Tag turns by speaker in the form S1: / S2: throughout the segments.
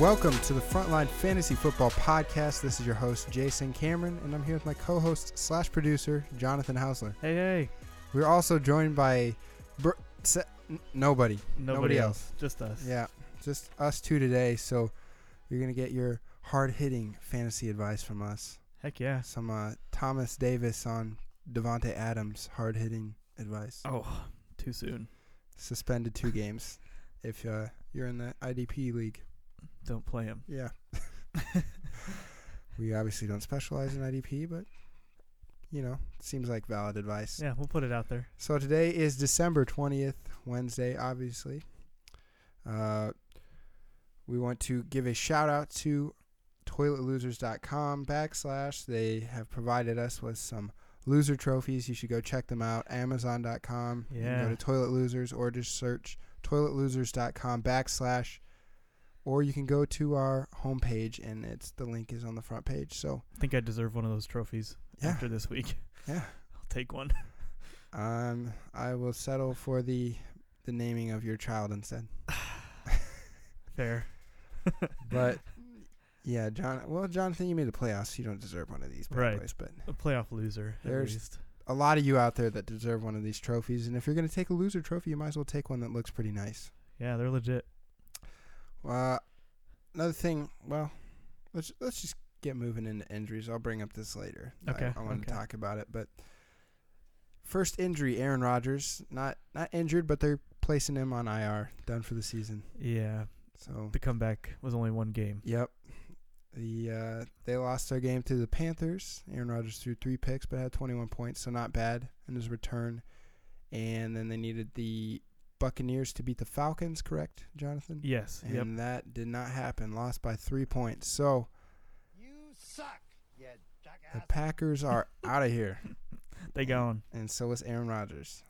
S1: Welcome to the Frontline Fantasy Football Podcast. This is your host, Jason Cameron, and I'm here with my co host slash producer, Jonathan Hausler.
S2: Hey, hey.
S1: We're also joined by br- se- n- nobody.
S2: Nobody,
S1: Nobody
S2: else. Just us.
S1: Yeah, just us two today. So you're going to get your hard hitting fantasy advice from us.
S2: Heck yeah.
S1: Some uh, Thomas Davis on Devonte Adams hard hitting advice.
S2: Oh, too soon.
S1: Suspended two games if uh, you're in the IDP league.
S2: Don't play him.
S1: Yeah. we obviously don't specialize in IDP, but you know, seems like valid advice.
S2: Yeah, we'll put it out there.
S1: So today is December 20th, Wednesday, obviously. Uh, we want to give a shout out to toiletlosers.com backslash. They have provided us with some loser trophies. You should go check them out. Amazon.com. You can
S2: Yeah.
S1: go to Toilet Losers or just search toiletlosers.com backslash. Or you can go to our homepage and it's the link is on the front page. So
S2: I think I deserve one of those trophies
S1: Yeah.
S2: after this week.
S1: Yeah.
S2: I'll take one.
S1: um, I will settle for the the naming of your child instead.
S2: Fair.
S1: But yeah, John. Well, Jonathan, you made the playoffs. You don't deserve one of these bad
S2: Right.
S1: boys, but
S2: A playoff loser, at
S1: There's-
S2: least.
S1: a lot of you out there that deserve one of these trophies. And if you're going to take a loser trophy, you might as well take one that looks pretty nice.
S2: Yeah, they're legit.
S1: Uh, another thing. Well, let's let's just get moving into injuries. I'll bring up this later. I-
S2: Okay,
S1: I, wanted to
S2: okay.
S1: talk about it, but first injury: Aaron Rodgers. Not not injured, but they're placing him on IR, done for the season.
S2: Yeah.
S1: So
S2: The comeback was only one game.
S1: Yep. The uh, they lost their game to the Panthers. Aaron Rodgers threw three picks, but had 21 points, so not bad in his return. And then they needed the Buccaneers to beat the Falcons, correct, Jonathan?
S2: Yes.
S1: And
S2: yep.
S1: that did not happen. Lost by three points. So
S3: You suck, you jackass.
S1: the Packers are out of here,
S2: They gone.
S1: and so is Aaron Rodgers.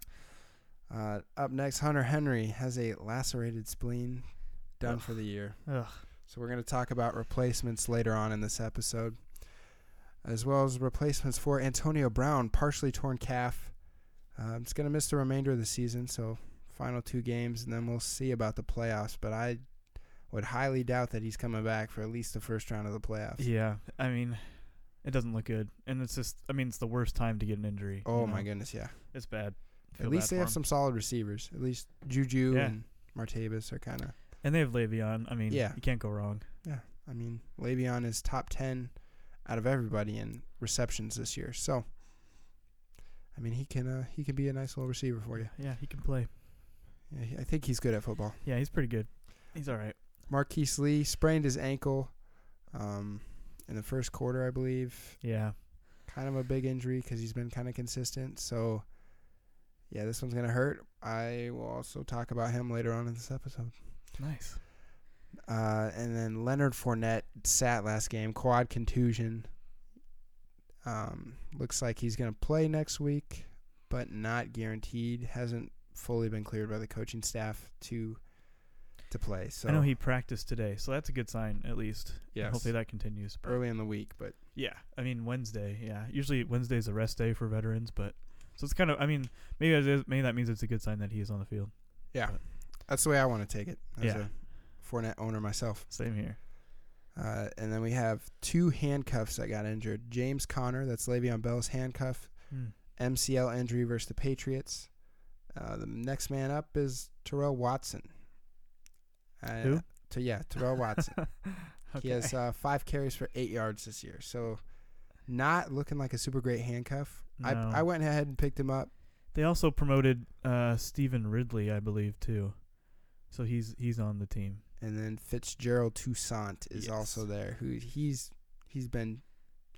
S1: Uh, up next, Hunter Henry has a lacerated spleen, done for the year.
S2: Ugh.
S1: So we're going to talk about replacements later on in this episode, as well as replacements for Antonio Brown, partially torn calf. Uh, it's going to miss the remainder of the season, so final two games, and then we'll see about the playoffs. But I would highly doubt that he's coming back for at least the first round of the playoffs.
S2: Yeah. I mean, it doesn't look good. And it's just, I mean, it's the worst time to get an injury. you
S1: Oh my
S2: know?
S1: goodness, yeah.
S2: It's bad. Feel
S1: At least
S2: bad
S1: they
S2: for
S1: have
S2: 'em.
S1: some solid receivers. At least Juju
S2: Yeah.
S1: and Martavis are kind of.
S2: And they have Le'Veon. I mean,
S1: Yeah.
S2: you can't go wrong.
S1: I mean, Le'Veon is top ten out of everybody in receptions this year. So, I mean, he can uh, he can be a nice little receiver for you.
S2: Yeah, he can play.
S1: Yeah, he- I think he's good at football.
S2: Yeah, he's pretty good. He's all right.
S1: Marquise Lee sprained his ankle um, in the first quarter, I believe.
S2: Yeah.
S1: Kind of a big injury because he's been kind of consistent. So, yeah, this one's gonna hurt. I will also talk about him later on in this episode.
S2: Nice.
S1: Uh, and then Leonard Fournette sat last game, quad contusion. Um, looks like he's going to play next week, but not guaranteed. Hasn't fully been cleared by the coaching staff to to play. So
S2: I know he practiced today, so that's a good sign at least. Yeah.
S1: Yes.
S2: Hopefully that continues. but-
S1: early in the week, but
S2: Yeah. I mean Wednesday. Yeah. Usually Wednesday's a rest day for veterans, but so it's kind of. I mean, maybe that is, maybe that means it's a good sign that he is on the field.
S1: that's the way I want to take it as
S2: Yeah.
S1: a Fournette owner myself.
S2: Same here.
S1: Uh, and then we have two handcuffs that got injured. James Conner, that's Le'Veon Bell's handcuff,
S2: Hmm.
S1: MCL injury versus the Patriots. Uh, the next man up is Terrell Watson. Uh,
S2: Who?
S1: To, yeah, Terrell Watson.
S2: Okay.
S1: He has uh, five carries for eight yards this year, so not looking like a super great handcuff.
S2: No.
S1: I I went ahead and picked him up.
S2: They also promoted uh, Stephen Ridley, I believe, too. So he's he's on the team.
S1: and then Fitzgerald Toussaint is
S2: Yes.
S1: also there. Who he's he's been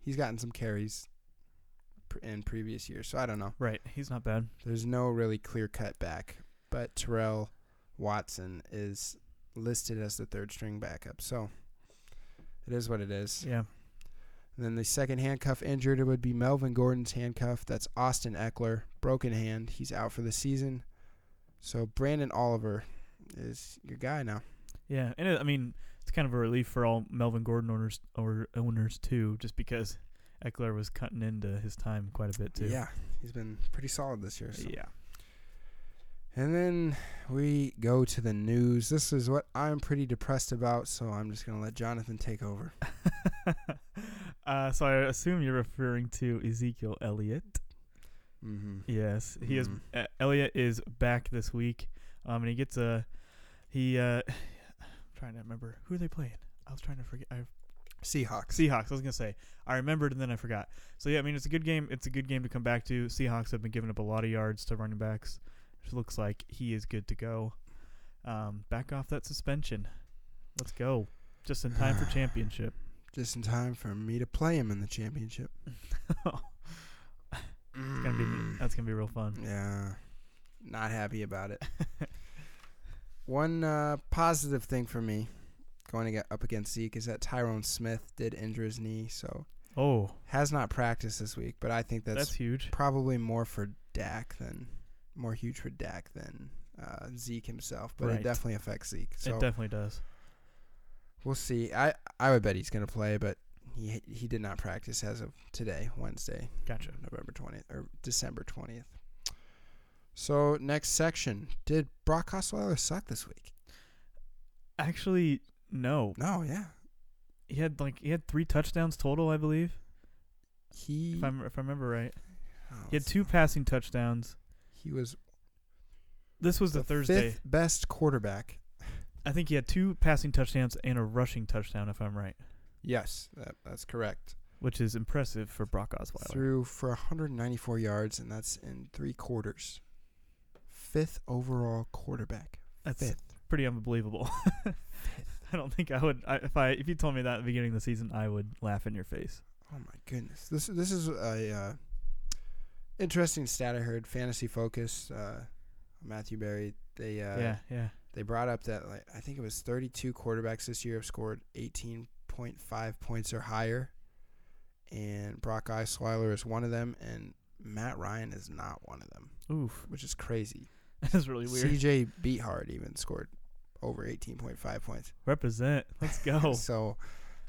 S1: he's gotten some carries pr- in previous years. So I don't know.
S2: Right. He's not bad.
S1: There's no really clear cut back, but Terrell Watson is listed as the third string backup. So it is what it is.
S2: Yeah.
S1: And then the second handcuff injured it would be Melvin Gordon's handcuff. That's Austin Eckler, broken hand. He's out for the season. So Brandon Oliver is your guy now.
S2: Yeah, and it, I mean it's kind of a relief for all Melvin Gordon owners or owners too, just because Eckler was cutting into his time quite a bit too.
S1: Yeah, he's been pretty solid this year. So.
S2: yeah.
S1: And then we go to the news. This is what I'm pretty depressed about, so I'm just going to let Jonathan take over.
S2: uh, so I assume you're referring to Ezekiel Elliott.
S1: Mm-hmm.
S2: Yes, he is.
S1: Mhm.
S2: Uh, Elliot is back this week, um, and he gets a he. Uh, I'm trying to remember who are they playing. I was trying to forget. I
S1: Seahawks.
S2: Seahawks. I was gonna say I remembered and then I forgot. So yeah, I mean it's a good game. It's a good game to come back to. Seahawks have been giving up a lot of yards to running backs. It looks like he is good to go. Um, back off that suspension. Let's go. Just in time for championship.
S1: Just in time for me to play him in the championship.
S2: it's gonna be Oh. that's gonna be real fun.
S1: Mm. Yeah. Not happy about it. One uh, positive thing for me going aga up against Zeke is that Tyrone Smith did injure his knee, so
S2: Oh,
S1: has not practiced this week, but I think that's,
S2: that's huge.
S1: probably more for Dak than more huge for Dak than uh, Zeke himself, but
S2: Right.
S1: it definitely affects Zeke. So
S2: It definitely does.
S1: we'll see. I I would bet he's going to play, but he he did not practice as of today, Wednesday.
S2: Gotcha.
S1: November 20th or December 20th. So, next section. Did Brock Osweiler suck this week?
S2: Actually, no.
S1: No, yeah.
S2: he had like he had three touchdowns total, I believe,
S1: He,
S2: if I if I remember right.
S1: oh,
S2: He had two passing touchdowns.
S1: he was
S2: This was the, Thursday.
S1: fifth best quarterback.
S2: I think he had two passing touchdowns and a rushing touchdown, if I'm right,
S1: Yes, that, that's correct.
S2: which is impressive for Brock Osweiler.
S1: Threw for 194 yards, and that's in three quarters. Fifth overall quarterback.
S2: That's
S1: Fifth.
S2: pretty unbelievable. I don't think I would. I, if I if you told me that at the beginning of the season, I would laugh in your face.
S1: Oh my goodness. This this is a uh, interesting stat I heard. Fantasy Focus, uh, Matthew Berry. They uh,
S2: yeah, yeah.
S1: they brought up that like I think it was 32 quarterbacks this year have scored 18.5 points or higher, and Brock Osweiler is one of them, and Matt Ryan is not one of them,
S2: Oof,
S1: which is crazy.
S2: that's really weird.
S1: CJ Beathard even scored over 18.5 points.
S2: Represent. Let's go.
S1: So,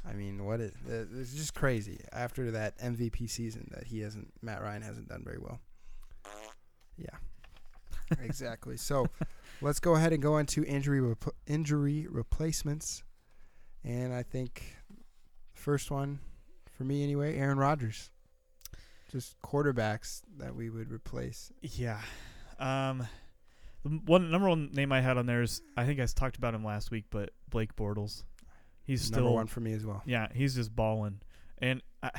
S1: I mean, what is th- it's just crazy after that MVP season that he hasn't Matt Ryan hasn't done very well. Yeah, exactly. So, let's go ahead and go into injury repl injury replacements, and I think first one for me anyway, Aaron Rodgers. Just quarterbacks that we would replace.
S2: Yeah. Um, the m- one number one name I had on there is I think I s- talked about him last week, but Blake Bortles. He's
S1: Number
S2: still
S1: one for me as well.
S2: yeah, he's just balling, and I,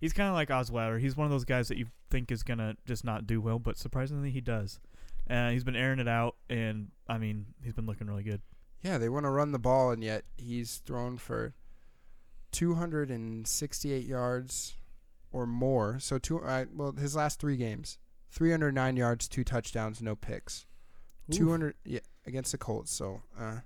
S2: he's kind of like Osweiler. He's one of those guys that you think is gonna just not do well, but surprisingly he does. Uh, he's been airing it out, and I mean he's been looking really good.
S1: Yeah, they want to run the ball, and yet he's thrown for 268 yards or more. So two, uh, well, his last three games, 309 yards, two touchdowns, no picks. 200, yeah, against the Colts. So uh,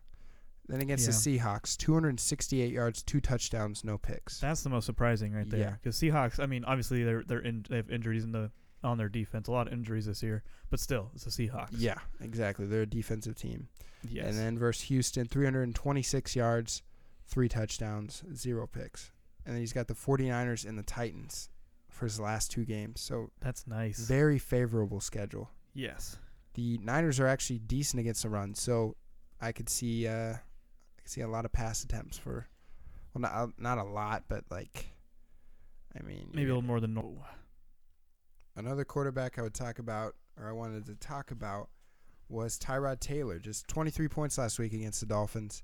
S1: then against the Seahawks, 268 yards, two touchdowns, no picks.
S2: That's the most surprising right
S1: Yeah.
S2: there. Because Seahawks, I mean, obviously they're they're in, they have injuries in the on their defense, a lot of injuries this year, but still it's the Seahawks.
S1: yeah, exactly. They're a defensive team.
S2: Yes.
S1: And then versus Houston, 326 yards, three touchdowns, zero picks. And then he's got the 49ers and the Titans for his last two games. So
S2: That's nice.
S1: very favorable schedule.
S2: yes.
S1: The Niners are actually decent against the run, so I could see uh, I could see a lot of pass attempts for, well, not not a lot, but like, I mean,
S2: Maybe a little more than normal.
S1: another quarterback I would talk about, or I wanted to talk about, was Tyrod Taylor. Just 23 points last week against the Dolphins.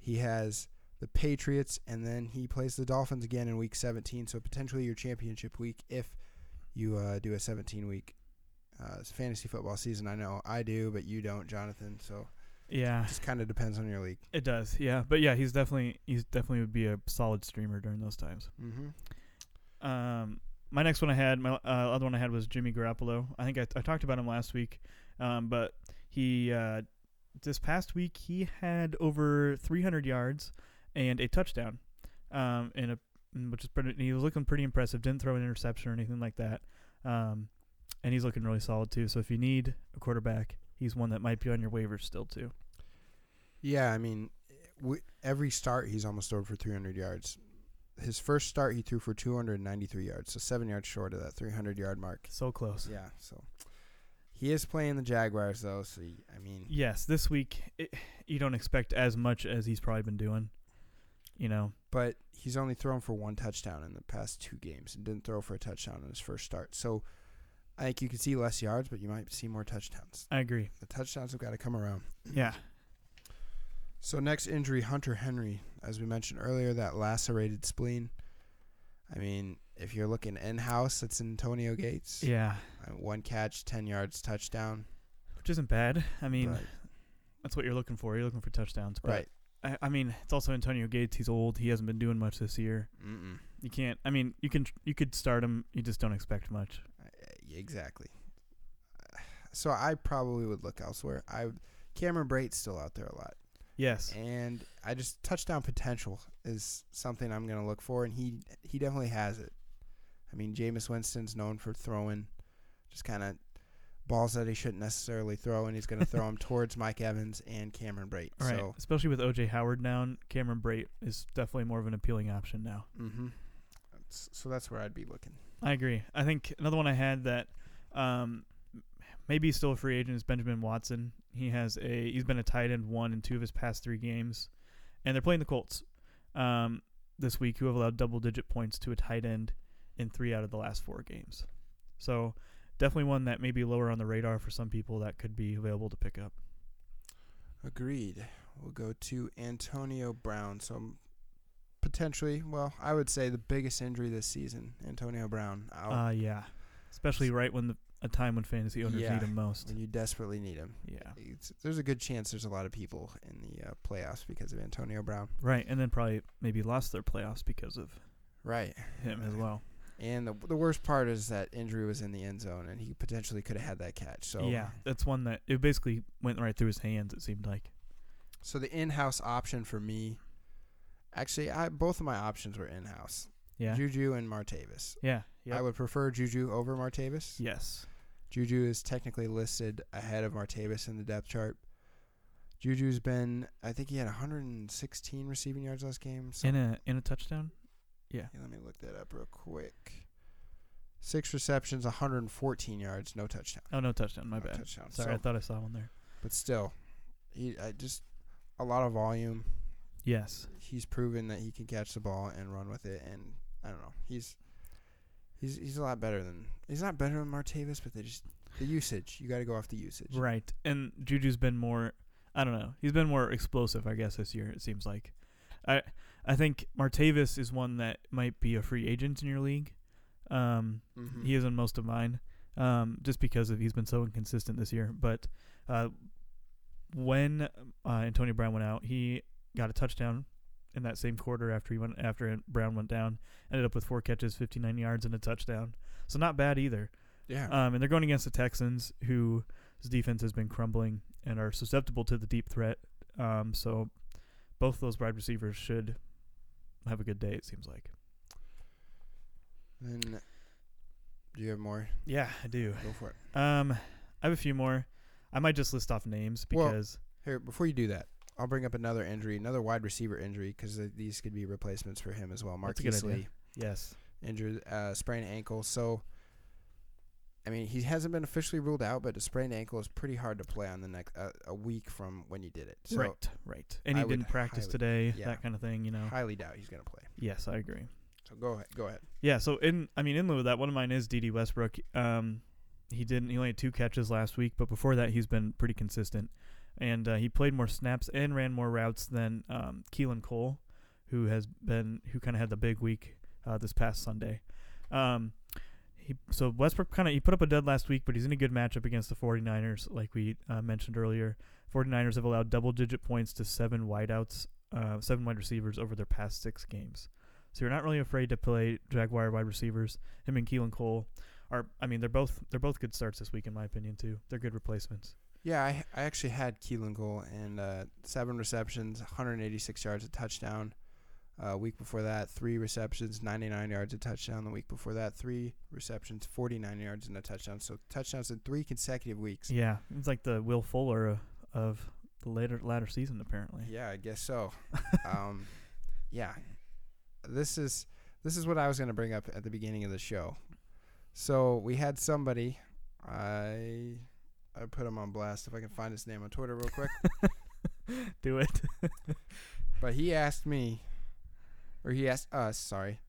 S1: He has the Patriots, and then he plays the Dolphins again in Week 17. So potentially your championship week if you uh, do a 17 week uh, fantasy football season. I know I do, but you don't, Jonathan. So
S2: Yeah,
S1: just kind of depends on your league.
S2: it does. Yeah, but yeah, he's definitely he's definitely would be a solid streamer during those times.
S1: Mm-hmm.
S2: Um, my next one I had, my uh, other one I had was Jimmy Garoppolo. I think I, I talked about him last week, um, but he uh, this past week he had over 300 yards and a touchdown, um, and a and which is pretty. He was looking pretty impressive. Didn't throw an interception or anything like that. Um, and he's looking really solid too. So if you need a quarterback, he's one that might be on your waivers still too.
S1: Yeah, I mean, w- every start he's almost over for 300 yards. His first start he threw for 293 yards, so seven yards short of that 300 yard mark.
S2: So close.
S1: Yeah, so He is playing the Jaguars though, so y- I mean,
S2: Yes, this week it, you don't expect as much as he's probably been doing. You know,
S1: but he's only thrown for one touchdown in the past two games and didn't throw for a touchdown in his first start. So I think you can see less yards, but you might see more touchdowns.
S2: I agree.
S1: The touchdowns have got to come around.
S2: Yeah,
S1: So next injury, Hunter Henry, as we mentioned earlier, that lacerated spleen. I mean, if you're looking in house, it's Antonio Gates.
S2: yeah,
S1: Uh, One catch, ten yards, touchdown.
S2: which isn't bad. I mean,
S1: Right.
S2: that's what you're looking for. You're looking for touchdowns, but
S1: right.
S2: I, I mean, it's also Antonio Gates. He's old. He hasn't been doing much this year.
S1: Mm-mm.
S2: You can't. I mean, you can. You could start him. You just don't expect much.
S1: Uh, Exactly. Uh, So I probably would look elsewhere. I Cameron Brate's still out there a lot,
S2: Yes.
S1: and I just touchdown potential is something I'm going to look for, and he he definitely has it. I mean, Jameis Winston's known for throwing just kind of balls that he shouldn't necessarily throw, and he's going to throw them towards Mike Evans and Cameron Brate.
S2: All right.
S1: So,
S2: Especially with OJ Howard down, Cameron Brate is definitely more of an appealing option now.
S1: mm-hmm. that's, so that's where I'd be looking.
S2: I agree. I think another one I had that um, maybe he's still a free agent is Benjamin Watson. He has a he's been a tight end one in two of his past three games, and they're playing the Colts um, this week, who have allowed double digit points to a tight end in three out of the last four games. So definitely one that may be lower on the radar for some people that could be available to pick up.
S1: Agreed. We'll go to Antonio Brown. So um, potentially, well, I would say the biggest injury this season, Antonio Brown out
S2: Uh, yeah, especially right when the a time when fantasy owners
S1: Yeah.
S2: need him most.
S1: when you desperately need him.
S2: Yeah.
S1: It's, there's a good chance there's a lot of people in the uh, playoffs because of Antonio Brown.
S2: Right, and then probably maybe lost their playoffs because of
S1: Right.
S2: him as well.
S1: And the the worst part is that injury was in the end zone and he potentially could have had that catch. So
S2: yeah, that's one that it basically went right through his hands. It seemed like.
S1: So the in-house option for me Actually, I both of my options were in-house.
S2: Yeah.
S1: Juju and Martavis.
S2: yeah.
S1: I
S2: Yeah.
S1: would prefer Juju over Martavis.
S2: Yes.
S1: Juju is technically listed ahead of Martavis in the depth chart. Juju's been, I think he had 116 receiving yards last game. So
S2: In a in a touchdown.
S1: Yeah, let me look that up real quick. Six receptions, 114 yards, no touchdown.
S2: Oh no, touchdown. My
S1: no
S2: bad.
S1: Touchdown.
S2: Sorry, I
S1: So,
S2: thought I saw one there.
S1: but still, he I just a lot of volume.
S2: Yes.
S1: He's proven that he can catch the ball and run with it, and I don't know. He's he's he's a lot better than he's not better than Martavis, but they just the usage. You got to go off the usage.
S2: Right, and Juju's been more. I don't know. He's been more explosive, I guess, this year. It seems like. I I think Martavis is one that might be a free agent in your league. Um,
S1: Mhm.
S2: He is in most of mine, um, just because of he's been so inconsistent this year. But uh, when uh, Antonio Brown went out, he got a touchdown in that same quarter after he went after Brown went down. Ended up with four catches, 59 yards, and a touchdown. So not bad either.
S1: Yeah.
S2: Um, and they're going against the Texans, whose defense has been crumbling and are susceptible to the deep threat. Um, so both those wide receivers should have a good day. It seems like.
S1: Then, do you have more?
S2: Yeah, I do.
S1: Go for it.
S2: Um, I have a few more. I might just list off names
S1: Well-
S2: because
S1: Here, before you do that, I'll bring up another injury, another wide receiver injury, because these could be replacements for him as well.
S2: That's a good
S1: Marquise
S2: idea.
S1: Lee
S2: yes,
S1: injured, uh, sprained ankle. So, I mean, he hasn't been officially ruled out, but a sprained ankle is pretty hard to play on the next uh, a week from when you did it. So,
S2: right, right, and
S1: I
S2: he
S1: would
S2: didn't practice
S1: highly-
S2: today,
S1: yeah.
S2: that kind of thing. You know.
S1: highly doubt he's going to play.
S2: Yes, I agree.
S1: So go ahead. Go ahead.
S2: Yeah. So in, I mean, in lieu of that, one of mine is D.D. Westbrook. Um, he didn't. He only had two catches last week, but before that, he's been pretty consistent, and uh, he played more snaps and ran more routes than um, Keelan Cole, who has been who kind of had the big week uh, this past Sunday. Um, he so Westbrook kind of he put up a dud last week, but he's in a good matchup against the 49ers, like we uh, mentioned earlier. 49ers have allowed double-digit points to seven wideouts, uh, seven wide receivers over their past six games. So you're not really afraid to play Jaguar wide receivers. Him and Keelan Cole are. I mean, they're both they're both good starts this week in my opinion too. They're good replacements.
S1: Yeah, I, I actually had Keelan Cole and uh, seven receptions, 186 yards, a touchdown. Uh, week before that, three receptions, 99 yards, a touchdown. The week before that, three receptions, 49 yards, and a touchdown. So touchdowns in three consecutive weeks.
S2: Yeah, it's like the Will Fuller uh, of the later latter season apparently.
S1: Yeah, I guess so. um, yeah, this is this is what I was going to bring up at the beginning of the show. So we had somebody. I I put him on blast if I can find his name on Twitter real quick.
S2: Do it.
S1: but he asked me, or he asked us, sorry,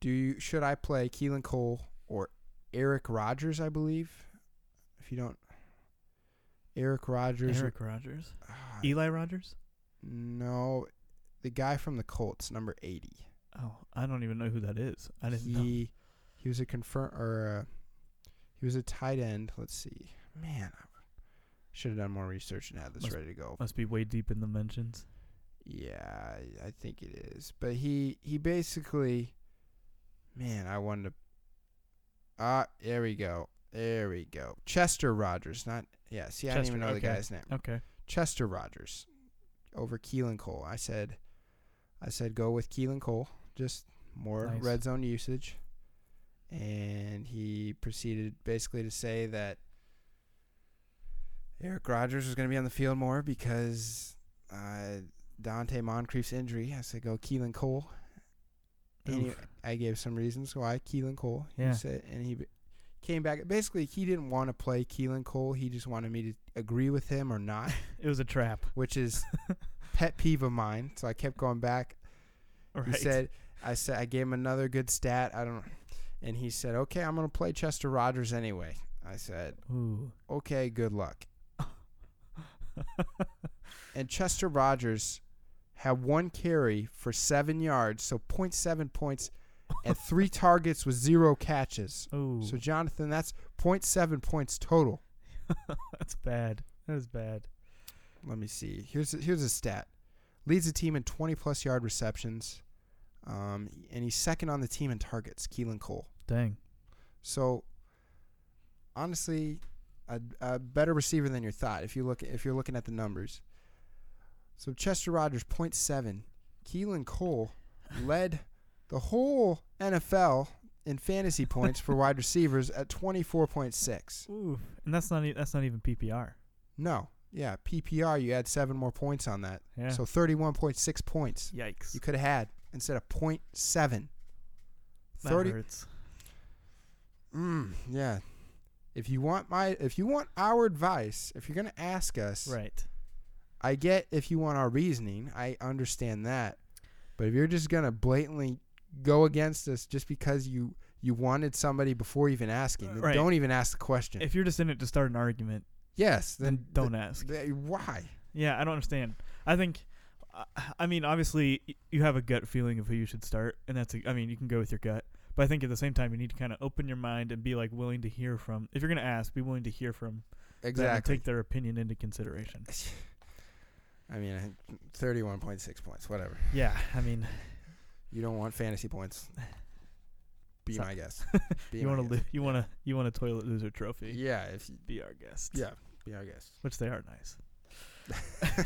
S1: do you should I play Keelan Cole or Eric Rogers? I believe. If you don't, Eric Rogers.
S2: Eric Rogers.
S1: Ah,
S2: Eli Rogers?
S1: no, the guy from the Colts, number eighty.
S2: Oh, I don't even know who that is. I didn't
S1: he
S2: know.
S1: he was a confirm or uh, he was a tight end. Let's see, man, I should have done more research and had this
S2: Must-
S1: ready to go.
S2: Must be way deep in the mentions.
S1: Yeah, I, I think it is. But he he basically, man, I wanted to. Ah, there we go, there we go. Chester Rogers, not yeah. See, I didn't even know
S2: Chester,
S1: the
S2: okay.
S1: guy's name.
S2: Okay.
S1: Chester Rogers over Keelan Cole. I said, I said go with Keelan Cole. Just more
S2: Nice.
S1: red zone usage, and he proceeded basically to say that Eric Rogers was going to be on the field more because uh, Dante Moncrief's injury. I said go Keelan Cole. And he-
S2: Oof.
S1: I gave some reasons why Keelan Cole. He
S2: Yeah.
S1: said, and he b- came back. Basically, he didn't want to play Keelan Cole. He just wanted me to agree with him or not
S2: It was a trap.
S1: which is pet peeve of mine. So I kept going back.
S2: Right.
S1: He said, I said I gave him another good stat. I don't, and he said, okay, I'm gonna play Chester Rogers anyway. I said,
S2: Ooh.
S1: okay, good luck. And Chester Rogers had one carry for seven yards, so 0.7 points, and three targets with zero catches.
S2: Ooh.
S1: So Jonathan, that's 0.7 points total.
S2: That's bad. That is bad.
S1: let me see. Here's a, here's a stat. Leads the team in 20 plus yard receptions, um, and he's second on the team in targets. Keelan Cole.
S2: Dang.
S1: So honestly, a, a better receiver than your thought. If you look if you're looking at the numbers. So Chester Rogers 0.7, Keelan Cole led the whole NFL in fantasy points for wide receivers at 24.6.
S2: Ooh. And that's not e- that's not even PPR.
S1: No, yeah, PPR you add seven more points on that.
S2: Yeah.
S1: So 31.6 points
S2: yikes.
S1: you could have had instead of 0.7.
S2: that
S1: 30
S2: hurts.
S1: mm, yeah. If you want my if you want our advice, if you're going to ask us,
S2: Right.
S1: I get if you want our reasoning, I understand that. But if you're just going to blatantly go against us just because you you wanted somebody before even asking, then
S2: Right.
S1: don't even ask the question.
S2: If you're just in it to start an argument,
S1: yes,
S2: then,
S1: then
S2: don't ask.
S1: th- th- why?
S2: Yeah, I don't understand. I think, I- I mean, obviously, y- you have a gut feeling of who you should start, and that's, a, I mean, you can go with your gut. But I think at the same time, you need to kind of open your mind and be like willing to hear from. If you're gonna ask, be willing to hear from them and
S1: Exactly.
S2: take their opinion into consideration.
S1: I mean, I think 31.6 points, whatever.
S2: Yeah, I mean,
S1: You don't want fantasy points. Be
S2: So-
S1: my guest. Be
S2: you
S1: my
S2: want
S1: guest.
S2: to li- you want to you want a toilet loser trophy.
S1: Yeah, if you,
S2: Be our guest.
S1: yeah, be our guest.
S2: which they are nice.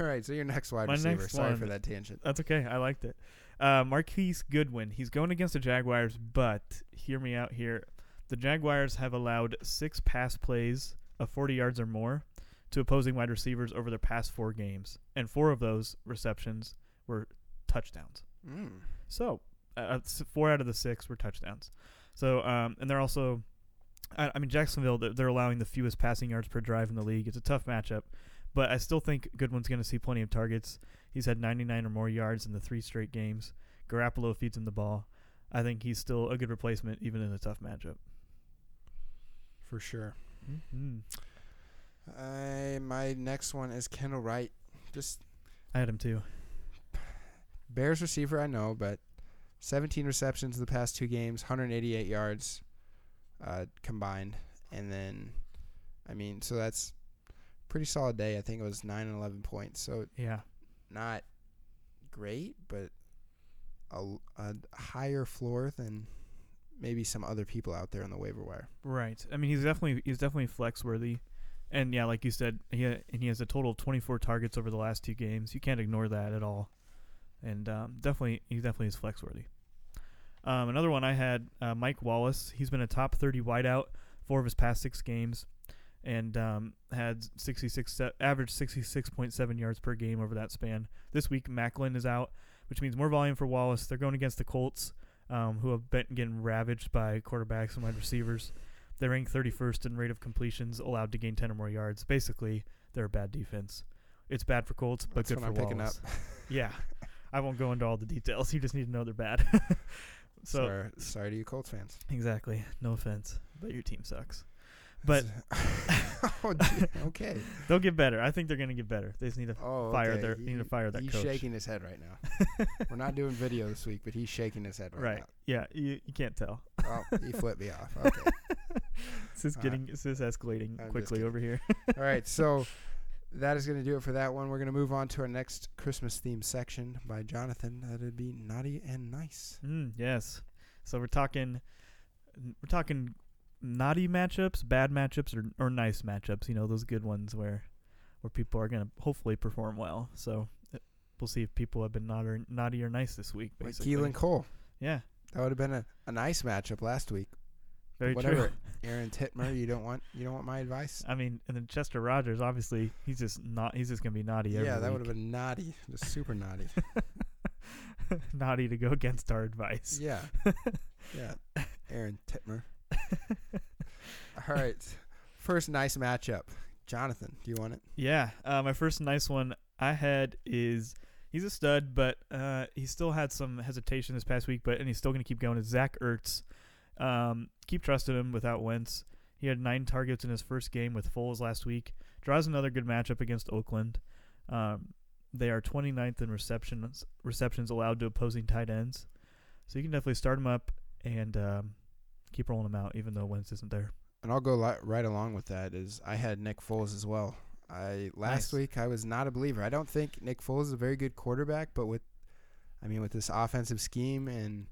S1: All right, so your next wide
S2: My
S1: receiver.
S2: next
S1: Sorry
S2: one-
S1: for that tangent.
S2: That's okay. I liked it. Uh, Marquise Goodwin. He's going against the Jaguars, but hear me out here. The Jaguars have allowed six pass plays of 40 yards or more to opposing wide receivers over their past four games, and four of those receptions were touchdowns.
S1: Mm.
S2: So, uh, uh, s- four out of the six were touchdowns. So, um, and they're also, I, I mean, Jacksonville, they're, they're allowing the fewest passing yards per drive in the league. It's a tough matchup, but I still think Goodwin's going to see plenty of targets. He's had 99 or more yards in the three straight games. Garoppolo feeds him the ball. I think he's still a good replacement, even in a tough matchup.
S1: For sure.
S2: Mm-hmm.
S1: I my next one is Kendall Wright. Just
S2: I had him too.
S1: Bears receiver, I know, but 17 receptions the past two games, 188 yards uh, combined, and then, I mean, so that's pretty solid day. I think it was nine and 11 points. So
S2: Yeah.
S1: not great, but a, l- a higher floor than maybe some other people out there on the waiver wire.
S2: Right. I mean, he's definitely he's definitely flex worthy, and yeah, like you said, he ha- and he has a total of 24 targets over the last two games. You can't ignore that at all, and um, definitely he definitely is flex worthy. Um, another one I had uh, Mike Wallace. He's been a top 30 wideout four of his past six games, and um, had 66 se- averaged 66.7 yards per game over that span. This week Macklin is out, which means more volume for Wallace. They're going against the Colts, um, who have been getting ravaged by quarterbacks and wide receivers. They rank 31st in rate of completions allowed to gain 10 or more yards. Basically, they're a bad defense. It's bad for Colts, but
S1: That's
S2: good
S1: what
S2: for
S1: I'm picking
S2: Wallace.
S1: up.
S2: Yeah, I won't go into all the details. You just need to know they're bad. so
S1: sorry, sorry to you Colts fans.
S2: exactly, no offense, but your team sucks. But
S1: oh, gee, okay.
S2: they'll get better. I think they're gonna get better. They just need to
S1: Oh,
S2: fire
S1: okay.
S2: their need to fire that
S1: he's
S2: coach.
S1: shaking his head right now. We're not doing video this week, but he's shaking his head right,
S2: right. Yeah, you, you can't tell.
S1: now. Oh, he flipped me off. Okay.
S2: This is
S1: All right.
S2: getting this is escalating
S1: Uh, I'm just
S2: quickly
S1: kidding.
S2: over here.
S1: All right, so that is going to do it for that one. We're going to move on to our next Christmas theme section by Jonathan. That'd be naughty and nice.
S2: Mm, yes. So we're talking, we're talking naughty matchups, bad matchups, or or nice matchups. You know those good ones where where people are gonna hopefully perform well. So uh, we'll see if people have been naughty or, naughty or nice this week.
S1: Like
S2: Basically,
S1: Keelan Cole.
S2: yeah,
S1: That would have been a, a nice matchup last week.
S2: very
S1: Whatever.
S2: true.
S1: Aaron Titmer, you don't want you don't want my advice.
S2: I mean, and then Chester Rogers, obviously, he's just not. He's just gonna be naughty.
S1: Yeah,
S2: every
S1: that
S2: week.
S1: would have been naughty, just super naughty.
S2: naughty to go against our advice.
S1: Yeah, yeah. Aaron Titmer. All right, first nice matchup. Jonathan, do you want it?
S2: Yeah, uh, my first nice one I had is he's a stud, but uh, he still had some hesitation this past week, but and he's still going to keep going. Is Zach Ertz? Um, keep trusting him without Wentz. He had nine targets in his first game with Foles last week. Draws another good matchup against Oakland. Um, they are 29th in receptions receptions allowed to opposing tight ends, so you can definitely start him up and um, keep rolling him out, even though Wentz isn't there.
S1: And I'll go li- right along with that. Is I had Nick Foles as well. I last
S2: Nice.
S1: week I was not a believer. I don't think Nick Foles is a very good quarterback, but with, I mean, with this offensive scheme and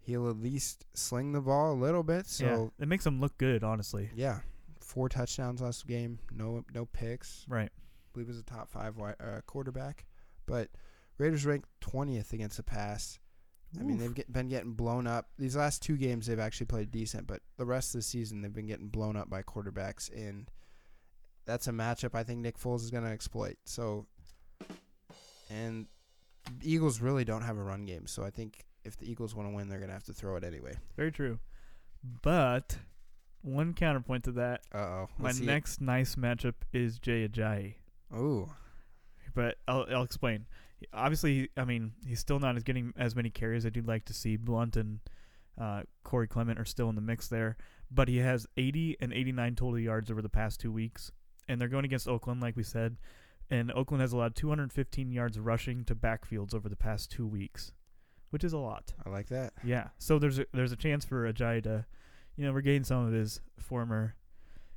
S1: he'll at least sling the ball a little bit. So
S2: yeah, it makes him look good, honestly.
S1: yeah, four touchdowns last game. No no picks.
S2: Right.
S1: I believe was a top five wi- uh, quarterback. But Raiders ranked twentieth against the pass. I mean,
S2: Oof.
S1: they've get, been getting blown up. These last two games, they've actually played decent, but the rest of the season, they've been getting blown up by quarterbacks, and that's a matchup I think Nick Foles is going to exploit. So, and the Eagles really don't have a run game, so I think if the Eagles want to win, they're going to have to throw it anyway.
S2: Very true. But one counterpoint to that,
S1: Uh oh.
S2: my next nice matchup is Jay Ajayi.
S1: Ooh,
S2: But I'll, I'll explain. Obviously, I mean, he's still not as getting as many carries as you'd like to see. Blunt and uh, Corey Clement are still in the mix there. But he has 80 and 89 total yards over the past two weeks. And they're going against Oakland, like we said. And Oakland has allowed 215 yards rushing to backfields over the past two weeks, which is a lot.
S1: I like that.
S2: Yeah. So there's a, there's a chance for Ajayi to, you know, regain some of his former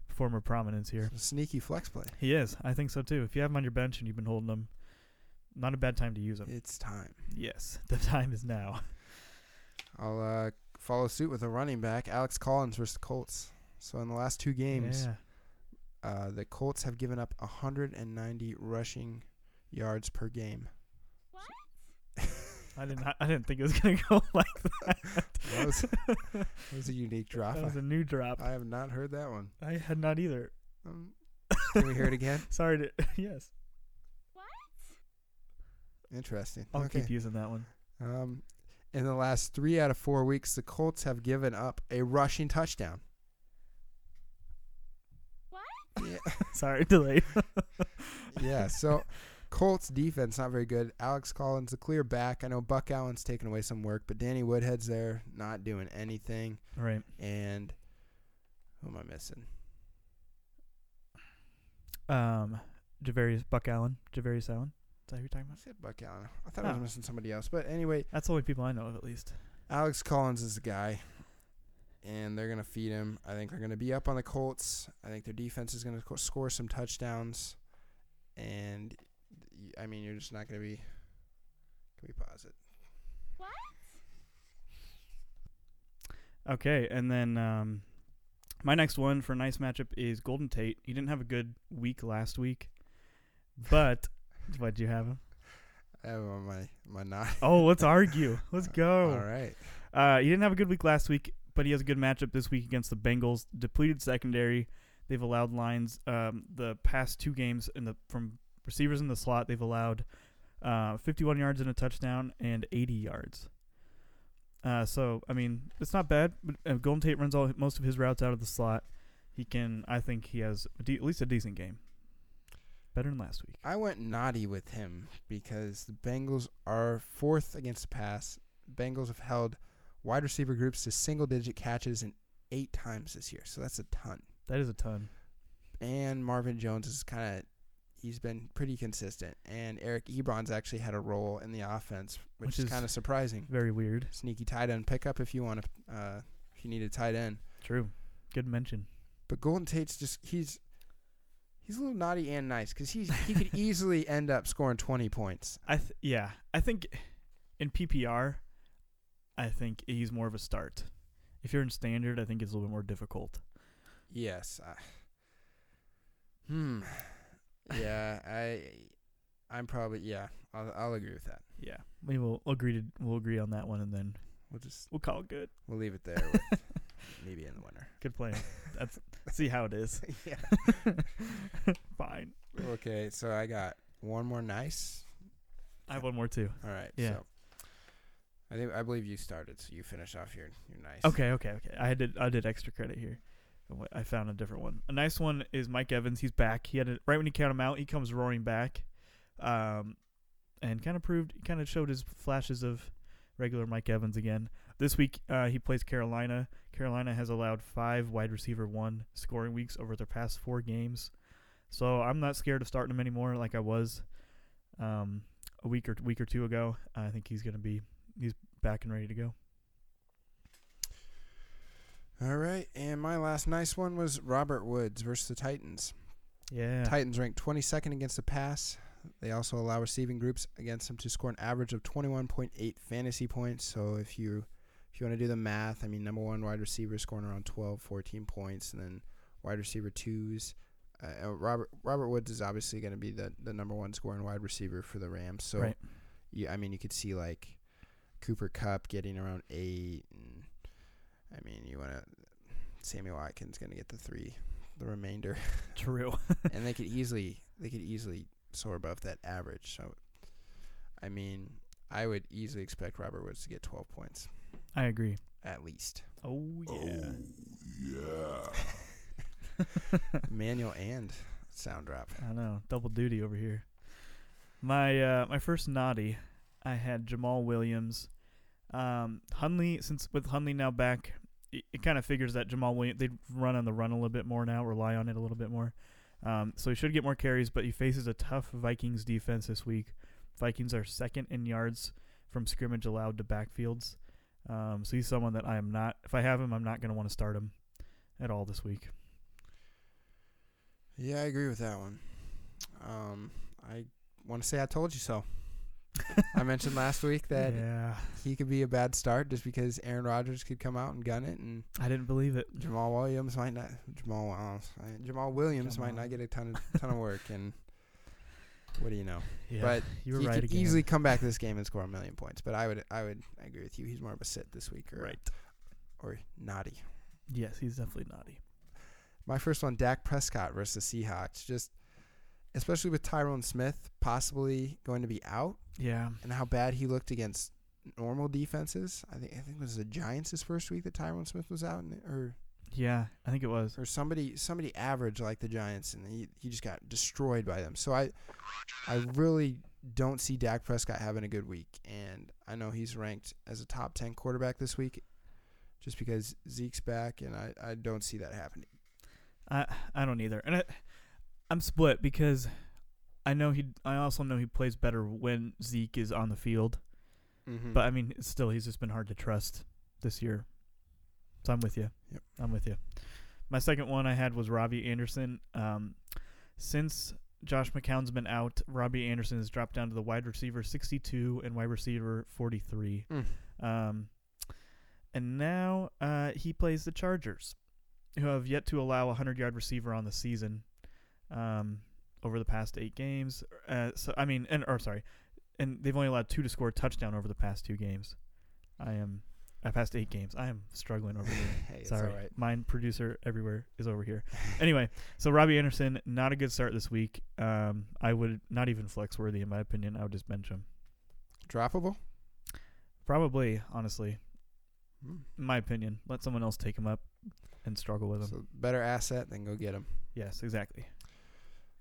S2: former prominence here.
S1: Sneaky flex play.
S2: He is. I think so too. If you have him on your bench and you've been holding him, not a bad time to use him.
S1: It's time.
S2: Yes, the time is now.
S1: I'll uh, follow suit with a running back, Alex Collins versus the Colts. So in the last two games,
S2: Yeah.
S1: Uh, the Colts have given up 190 rushing yards per game.
S2: I didn't. I didn't think it was gonna go like that.
S1: That was, that was a unique drop.
S2: That was
S1: I
S2: a new drop.
S1: I have not heard that one.
S2: I had not either.
S1: Um, can we hear it again?
S2: Sorry to. Yes,
S1: Interesting.
S2: I'll
S1: okay.
S2: keep using that one.
S1: Um, in the last three out of four weeks, the Colts have given up a rushing touchdown.
S2: Sorry, delay.
S1: Yeah. So, Colts defense not very good. Alex Collins the clear back. I know Buck Allen's taking away some work, but Danny Woodhead's there, not doing anything.
S2: All right.
S1: And who am I missing?
S2: Um, Javarius Buck Allen. Javarius Allen. Is that who you're talking
S1: I
S2: about?
S1: said Buck Allen. I thought I was
S2: Oh.
S1: missing somebody else. But anyway,
S2: That's the only people I know of, at least.
S1: Alex Collins is the guy, and they're going to feed him. I think they're going to be up on the Colts. I think their defense is going to score some touchdowns. And, y- I mean, you're just not going to be. Can we pause it?
S2: Okay, and then um, my next one for nice matchup is Golden Tate. He didn't have a good week last week, but what do you have him?
S1: I have it on my, my nine.
S2: Oh, let's argue. Let's go.
S1: All right.
S2: Uh, he didn't have a good week last week, but he has a good matchup this week against the Bengals. Depleted secondary. They've allowed lines um, the past two games in the from receivers in the slot. They've allowed uh, 51 yards and a touchdown and 80 yards. Uh, so I mean, it's not bad. But uh, Golden Tate runs all most of his routes out of the slot. He can. I think he has a de- at least a decent game. Better than last week.
S1: I went naughty with him because the Bengals are fourth against the pass. Bengals have held wide receiver groups to single digit catches in eight times this year, so that's a ton.
S2: That is a ton.
S1: And Marvin Jones is kind of he's been pretty consistent, and Eric Ebron's actually had a role in the offense, which,
S2: Which
S1: is,
S2: is-
S1: kind of surprising.
S2: Very weird.
S1: Sneaky tight end pickup if you want to, uh, if you need a tight end.
S2: True. Good mention.
S1: But Golden Tate's just he's he's a little naughty and nice because he's he could easily end up scoring twenty points.
S2: I th- yeah. I think in PPR, I think he's more of a start. If you're in standard, I think it's a little bit more difficult.
S1: Yes. I, hmm. Yeah, I I'm probably yeah. I'll I'll agree with that.
S2: Yeah, we will agree to we'll agree on that one, and then
S1: We'll just
S2: we'll call it good.
S1: we'll leave it there. With maybe in the winter.
S2: Good plan. That's see how it is.
S1: yeah.
S2: Fine.
S1: Okay, so I got one more nice.
S2: I have one more too.
S1: All right.
S2: Yeah.
S1: So I think I believe you started, so you finish off your your nice.
S2: Okay, okay, okay. I did I did extra credit here. Wh- I found a different one. A nice one is Mike Evans. He's back. He had a, right when you count him out, he comes roaring back, um, and kind of proved, kind of showed his flashes of regular Mike Evans again. This week, uh, he plays Carolina. Carolina has allowed five wide receiver one scoring weeks over their past four games, so I'm not scared of starting him anymore like I was um, a week or week or two ago. I think he's gonna be he's back and ready to go.
S1: All right, and my last nice one was Robert Woods versus the Titans.
S2: Yeah.
S1: Titans ranked 22nd against the pass. They also allow receiving groups against them to score an average of 21.8 fantasy points. So if you if you want to do the math, I mean, number one wide receiver scoring around 12, 14 points, and then wide receiver twos. Uh, uh, Robert Robert Woods is obviously going to be the, the number one scoring wide receiver for the Rams. So,
S2: Right.
S1: you, I mean, you could see like Cooper Cup getting around eight, and I mean, you want to Sammy Watkins going to get the three, the remainder
S2: True.
S1: and they could easily they could easily soar above that average. So, I mean, I would easily expect Robert Woods to get 12 points
S2: I agree.
S1: at least.
S2: Oh yeah.
S1: Manual and sound drop.
S2: I know. Double duty over here. My uh, my first naughty, I had Jamal Williams. Um, Hunley, since with Hunley now back, it, it kind of figures that Jamal Williams they run on the run a little bit more now, rely on it a little bit more. Um, so he should get more carries, but he faces a tough Vikings defense this week. Vikings are second in yards from scrimmage allowed to backfields. Um, so he's someone that I am not. If I have him, I'm not going to want to start him at all this week.
S1: Yeah, I agree with that one. Um, I want to say I told you so. I mentioned last week that
S2: yeah,
S1: he could be a bad start just because Aaron Rodgers could come out and gun it, and
S2: I didn't believe it.
S1: Jamal Williams might not Jamal Williams, Jamal Williams might
S2: Jamal.
S1: not get a ton of ton of work. And what do you know?
S2: Yeah,
S1: But
S2: you were
S1: he
S2: right
S1: could
S2: again.
S1: easily come back this game and score a million points. But I would I would agree with you. He's more of a sit this week or
S2: right.
S1: or naughty.
S2: Yes, he's definitely naughty.
S1: My first one, Dak Prescott versus the Seahawks. Just especially with Tyrone Smith possibly going to be out
S2: Yeah,
S1: and how bad he looked against normal defenses. I think I think it was the Giants his first week that Tyrone Smith was out and, or
S2: yeah, I think it was.
S1: or somebody somebody average like the Giants and he, he just got destroyed by them. So I I really don't see Dak Prescott having a good week and I know he's ranked as a top 10 quarterback this week just because Zeke's back and I, I don't see that happening.
S2: I I don't either, and I I'm split because I know he. I also know he plays better when Zeke is on the field,
S1: Mm-hmm.
S2: but I mean, still, he's just been hard to trust this year. So I'm with you.
S1: Yep.
S2: I'm with you. My second one I had was Robbie Anderson. Um, since Josh McCown's been out, Robbie Anderson has dropped down to the wide receiver 62 and wide receiver 43.
S1: Mm.
S2: Um, and now uh, he plays the Chargers, who have yet to allow a 100 yard receiver on the season um, over the past eight games. Uh, so I mean, and or sorry, and they've only allowed two to score a touchdown over the past two games. I am, I passed eight games. I am struggling over here.
S1: Hey, it's
S2: Sorry,
S1: all right.
S2: mine producer everywhere is over here. anyway, so Robbie Anderson, not a good start this week. Um, I would not even flex worthy in my opinion. I would just bench him.
S1: Droppable?
S2: Probably, honestly.
S1: Mm.
S2: in my opinion. Let someone else take him up and struggle with him.
S1: So better asset, then go get him.
S2: yes, exactly.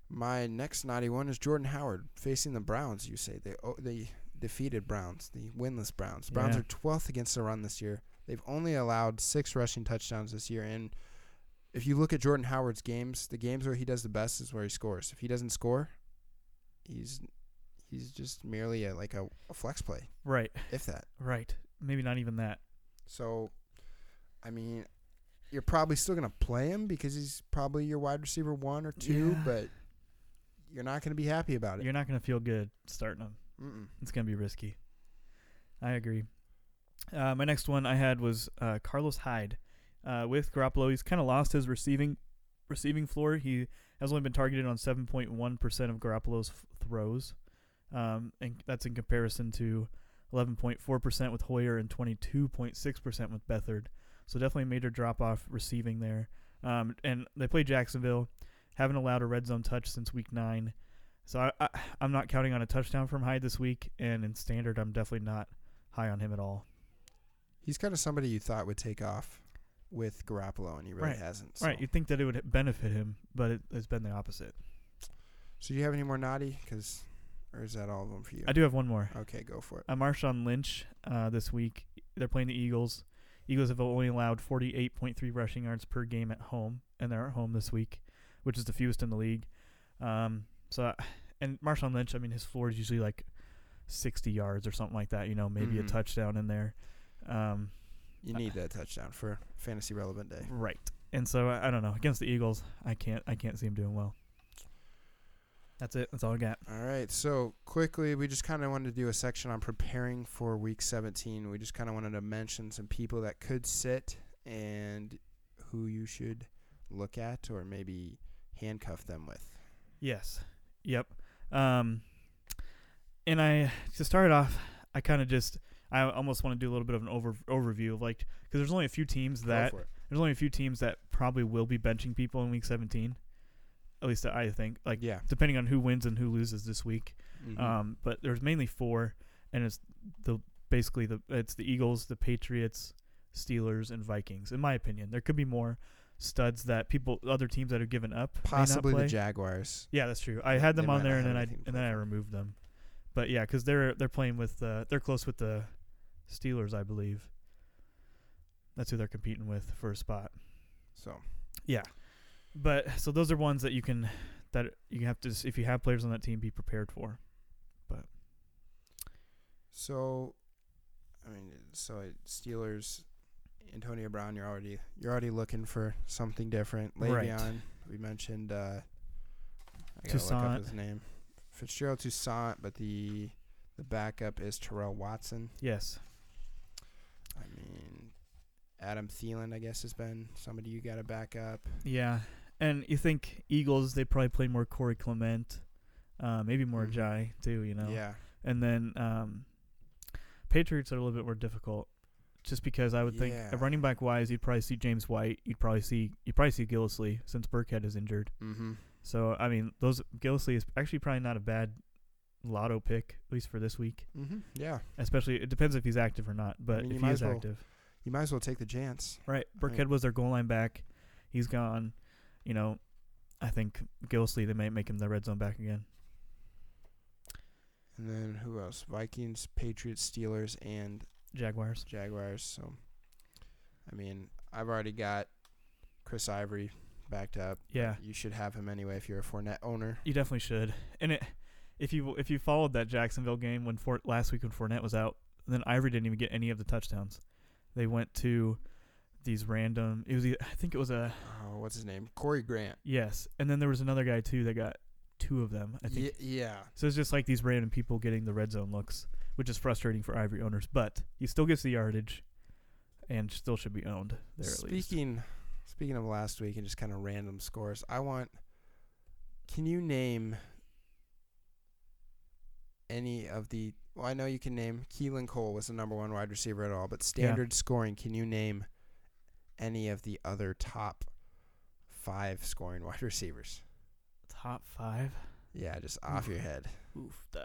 S1: My next naughty one is Jordan Howard facing the Browns. You say they oh, they defeated Browns, the winless Browns. The Browns
S2: Yeah.
S1: are 12th against the run this year. They've only allowed six rushing touchdowns this year. And if you look at Jordan Howard's games, the games where he does the best is where he scores. If he doesn't score, he's he's just merely a, like a, a flex play,
S2: Right,
S1: if that.
S2: right. Maybe not even that.
S1: So, I mean, you're probably still going to play him because he's probably your wide receiver one or two,
S2: Yeah.
S1: but you're not going to be happy about it.
S2: You're not going to feel good starting him.
S1: Mm-mm.
S2: It's going to be risky. I agree. Uh, my next one I had was uh, Carlos Hyde. Uh, with Garoppolo, he's kind of lost his receiving receiving floor. He has only been targeted on 7.1% of Garoppolo's f- throws, um, and that's in comparison to 11.4% with Hoyer and 22.6% with Bethard. So definitely a major drop off receiving there. Um, and they play Jacksonville, haven't allowed a red zone touch since Week Nine. So I, I, I'm not counting on a touchdown from Hyde this week, and in standard, I'm definitely not high on him at all.
S1: He's kind of somebody you thought would take off with Garoppolo, and he really
S2: Right.
S1: hasn't. So.
S2: Right? You'd think that it would benefit him, but it, it's been the opposite.
S1: So, do you have any more naughty? Because, or is that all of them for you?
S2: I do have one more.
S1: Okay, go for it.
S2: Uh, Marshawn Lynch uh, this week. They're playing the Eagles. Eagles have only allowed 48.3 rushing yards per game at home, and they're at home this week, which is the fewest in the league. Um, so, and Marshawn Lynch, I mean, his floor is usually like 60 yards or something like that. You know, maybe a
S1: Mhm.
S2: touchdown in there. Um,
S1: You
S2: uh,
S1: need that touchdown for fantasy relevant day.
S2: Right. And so I, I don't know. Against the Eagles, I can't I can't see him doing well. That's it. That's all I got.
S1: All right. So quickly, we just kind of wanted to do a section on preparing for Week 17. We just kind of wanted to mention some people that could sit and who you should look at or maybe handcuff them with.
S2: Yes. Yep. Um and I to start off, I kind of just I almost want to do a little bit of an over overview of like cuz there's only a few teams
S1: Go
S2: that
S1: for it.
S2: there's only a few teams that probably will be benching people in week 17. At least I think like
S1: yeah.
S2: depending on who wins and who loses this week.
S1: Mhm.
S2: Um, but there's mainly four, and it's the basically the it's the Eagles, the Patriots, Steelers, and Vikings. In my opinion, there could be more studs that people, other teams that have given up, may not
S1: Possibly the
S2: play.
S1: Jaguars.
S2: Yeah, that's true. I had them
S1: They might
S2: on
S1: not
S2: there,
S1: have
S2: and then I
S1: anything to
S2: and
S1: play
S2: then I
S1: for.
S2: removed them. But yeah, because they're they're playing with uh, they're close with the Steelers, I believe. That's who they're competing with for a spot.
S1: So
S2: But so those are ones that you can that you have to s- if you have players on that team, be prepared for.
S1: So, I mean, so it- Steelers, Antonio Brown. You're already you're already looking for something different.
S2: Right.
S1: Le'Veon, we mentioned. Uh, I gotta look
S2: Toussaint.
S1: up his name. Fitzgerald Toussaint, but the the backup is Terrell Watson.
S2: Yes.
S1: I mean, Adam Thielen, I guess, has been somebody you got to back up.
S2: Yeah, and you think Eagles? They probably play more Corey Clement, uh, maybe more
S1: Mhm.
S2: Jai too. You know,
S1: Yeah,
S2: and then um, Patriots are a little bit more difficult, just because I would think
S1: Yeah.
S2: uh, running back wise, you'd probably see James White, you'd probably see you'd probably see Gillisley since Burkhead is injured.
S1: mm-hmm.
S2: So I mean, those Gillisley is actually probably not a bad lotto pick at least for this week.
S1: Mm-hmm. yeah.
S2: Especially it depends if he's active or not, but
S1: mean, you
S2: if
S1: might
S2: he
S1: as
S2: is
S1: well-
S2: active,
S1: You might as well take the chance.
S2: Right.
S1: I mean-
S2: Burkhead was their goal line back. He's gone. You know, I think Gillisley, they may make him the red zone back again.
S1: And then who else? Vikings, Patriots, Steelers, and
S2: Jaguars.
S1: Jaguars. So, I mean, I've already got Chris Ivory backed up.
S2: Yeah.
S1: You should have him anyway if you're a Fournette owner.
S2: You definitely should. And it, if you if you followed that Jacksonville game when Fort last week when Fournette was out, then Ivory didn't even get any of the touchdowns. They went to these random. It was e- I think it was a
S1: Oh, what's his name? Corey Grant.
S2: yes, and then there was another guy too that got two of them. I think
S1: Ye- yeah.
S2: So it's just like these random people getting the red zone looks, which is frustrating for Ivory owners, but he still gets the yardage and still should be owned there at least.
S1: Speaking, speaking of last week and just kind of random scores, I want. Can you name any of the? Well, I know you can name Keelan Cole was the number one wide receiver at all, but standard scoring. Can you name any of the other top five scoring wide receivers?
S2: Top five.
S1: Yeah, just off your head.
S2: Oof. Duh.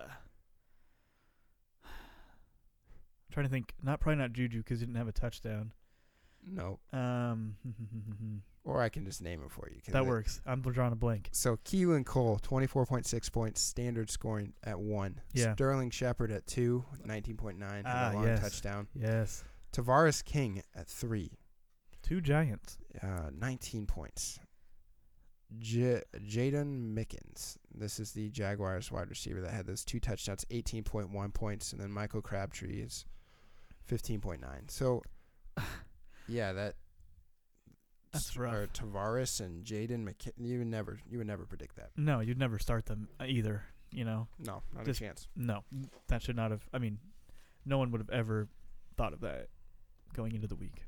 S2: I'm trying to think. Not probably not Juju because he didn't have a touchdown.
S1: No.
S2: Um,
S1: Or I can just name it for you. 'cause
S2: that
S1: it-
S2: works. I'm drawing a blank.
S1: So Keelan Cole, 24.6 points, standard scoring at one.
S2: Yeah.
S1: Sterling Shepard at two, 19.9, and
S2: Ah,
S1: a long
S2: yes.
S1: touchdown.
S2: Yes,
S1: Tavares King at three,
S2: two Giants.
S1: uh, 19 points. J- Jaden Mickens. This is the Jaguars wide receiver that had those two touchdowns, 18.1 points, and then Michael Crabtree is 15.9. So, yeah, that.
S2: That's
S1: Or
S2: rough.
S1: Tavares and Jaden McKin. You would never, you would never predict that.
S2: No, you'd never start them uh, either. You know,
S1: No, not
S2: Just-
S1: a chance.
S2: no, that should not have. I mean, no one would have ever thought of that going into the week.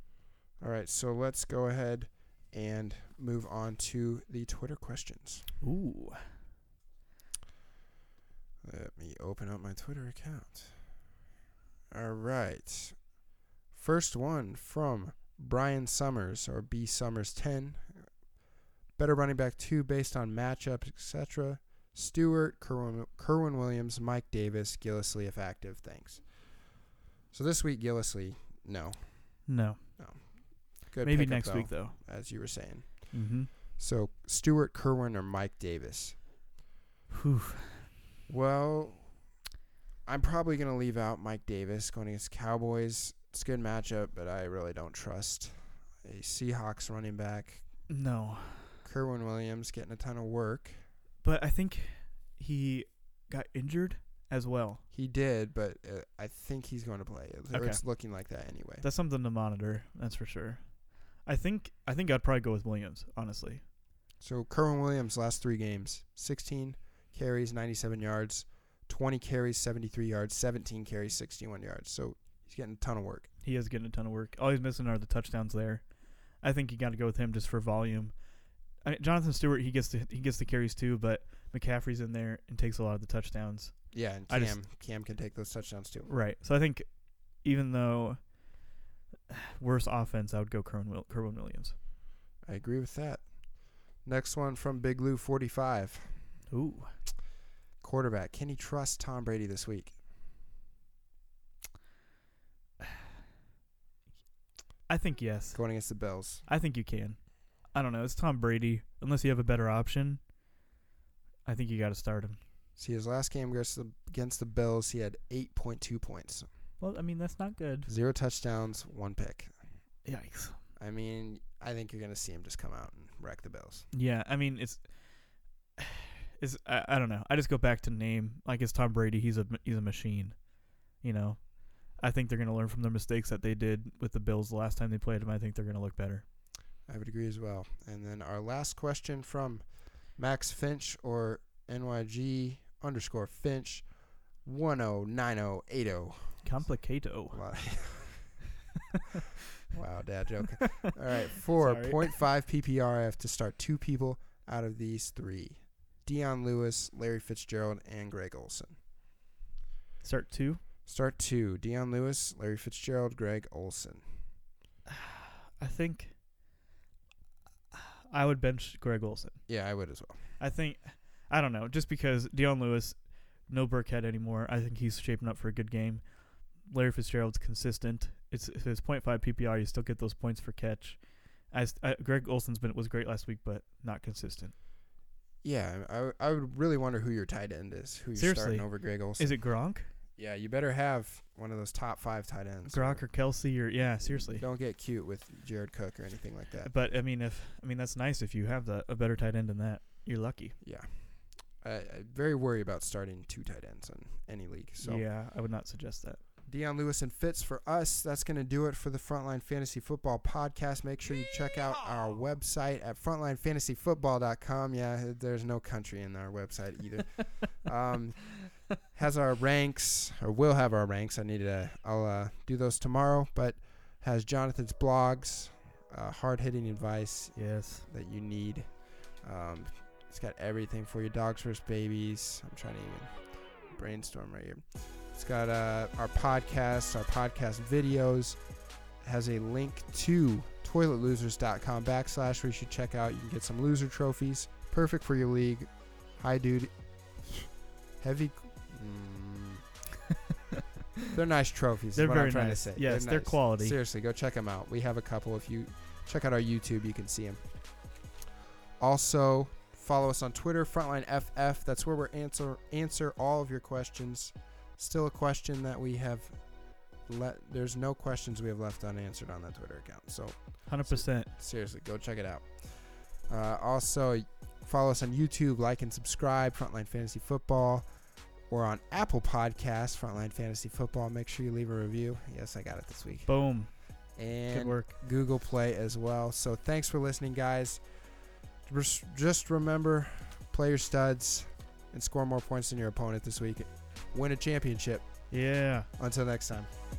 S1: All right, so let's go ahead and move on to the Twitter questions.
S2: Ooh,
S1: Let me open up my Twitter account. All right. First one from Brian Summers or B Summers 10. Better running back 2 based on matchups, etc. Stewart, Kerwin, Kerwin Williams, Mike Davis, Gillisley if active. Thanks. So this week Gillisley, no.
S2: no,
S1: Good
S2: maybe
S1: pickup,
S2: next
S1: though,
S2: week though.
S1: as you were saying.
S2: Mm-hmm.
S1: So Stewart, Kerwin or Mike Davis?
S2: Whew.
S1: Well, I'm probably going to leave out Mike Davis going against Cowboys. It's a good matchup, but I really don't trust a Seahawks running back.
S2: No,
S1: Kerwin Williams getting a ton of work.
S2: but I think he got injured as well.
S1: He did, but uh, I think he's going to play. Or
S2: Okay.
S1: It's looking like that anyway.
S2: That's something to monitor. That's for sure. I think I think I'd probably go with Williams, honestly.
S1: so Kerwin Williams last 3 games, 16 carries, 97 yards, 20 carries, 73 yards, 17 carries, 61 yards. So he's getting a ton of work.
S2: He is getting a ton of work. All he's missing are the touchdowns there. I think you got to go with him just for volume. I mean, Jonathan Stewart, he gets the he gets the carries too, but McCaffrey's in there and takes a lot of the touchdowns.
S1: Yeah, and
S2: I
S1: Cam
S2: just-
S1: Cam can take those touchdowns too.
S2: Right. So I think even though worse offense, I would go Kerwin, Wil- Kerwin Williams.
S1: I agree with that. Next one from Big Lou 45.
S2: Ooh.
S1: Quarterback. Can he trust Tom Brady this week?
S2: I think yes.
S1: Going against the Bills.
S2: I think you can. I don't know. It's Tom Brady. Unless you have a better option, I think you got to start him.
S1: See, his last game against the, against the Bills, he had 8.2 points,
S2: Well, I mean that's not good.
S1: zero touchdowns, one pick.
S2: Yikes.
S1: I mean, I think you're going to see him just come out and wreck the Bills.
S2: Yeah, I mean it's it's I, I don't know. I just go back to name like it's Tom Brady. He's a he's a machine, you know. I think they're gonna learn from their mistakes that they did with the Bills the last time they played them. I think they're gonna look better.
S1: I would agree as well. And then our last question from Max Finch or NYG underscore Finch 109080.
S2: Complicato.
S1: A lot. wow, dad joke. All right, four
S2: Sorry.
S1: point five PPR. I have to start two people out of these three: Dion Lewis, Larry Fitzgerald, and Greg Olson.
S2: Start two.
S1: Start two: Dion Lewis, Larry Fitzgerald, Greg Olson.
S2: I think I would bench Greg Olson.
S1: Yeah, I would as well.
S2: I think I don't know, just because Dion Lewis, no Burkhead anymore. I think he's shaping up for a good game. Larry Fitzgerald's consistent. It's if it's .5 PPR, you still get those points for catch. As uh, Greg Olson's been was great last week, but not consistent.
S1: Yeah, I, I- I would really wonder who your tight end is. Who you're starting
S2: Seriously.
S1: over Greg Olson?
S2: Is it Gronk,
S1: yeah, you better have one of those top five tight ends.
S2: Gronk or Kelsey or yeah, seriously.
S1: Don't get cute with Jared Cook or anything like that.
S2: But I mean, if I mean that's nice if you have the, a better tight end than that, you're lucky.
S1: Yeah. I, I very worry about starting two tight ends in any league. So
S2: yeah, I would not suggest that.
S1: Deion Lewis and Fitz for us. That's going to do it for the Frontline Fantasy Football podcast. Make sure you check out our website at frontlinefantasyfootball.com. Yeah, there's no country in our website either. um, has our ranks, or will have our ranks. I need to, I'll uh, do those tomorrow, but has Jonathan's blogs, uh, hard hitting advice
S2: Yes.
S1: that you need. Um, it's got everything for your dogs versus babies. I'm trying to even brainstorm right here. It's got uh, our podcasts, our podcast videos. It has a link to toiletlosers.com backslash where you should check out. You can get some loser trophies. Perfect for your league. High dude. Heavy. Mm. They're nice trophies.
S2: They're
S1: is what
S2: very
S1: I'm trying
S2: nice.
S1: to say.
S2: Yes, they're
S1: nice.
S2: quality.
S1: Seriously, go check them out. We have a couple. If you check out our YouTube, you can see them. Also, follow us on Twitter, Frontline FF. That's where we answer answer all of your questions. Still a question that we have let. There's no questions we have left unanswered on that Twitter account. So
S2: Hundred percent.
S1: seriously, go check it out. Uh, also, follow us on YouTube, like and subscribe, Frontline Fantasy Football, or on Apple Podcasts, Frontline Fantasy Football. Make sure you leave a review. Yes, I got it this week.
S2: Boom. Good
S1: And
S2: work.
S1: Google Play as well. So thanks for listening, guys. Res- Just remember, play your studs and score more points than your opponent this week. Win a championship.
S2: Yeah.
S1: Until next time.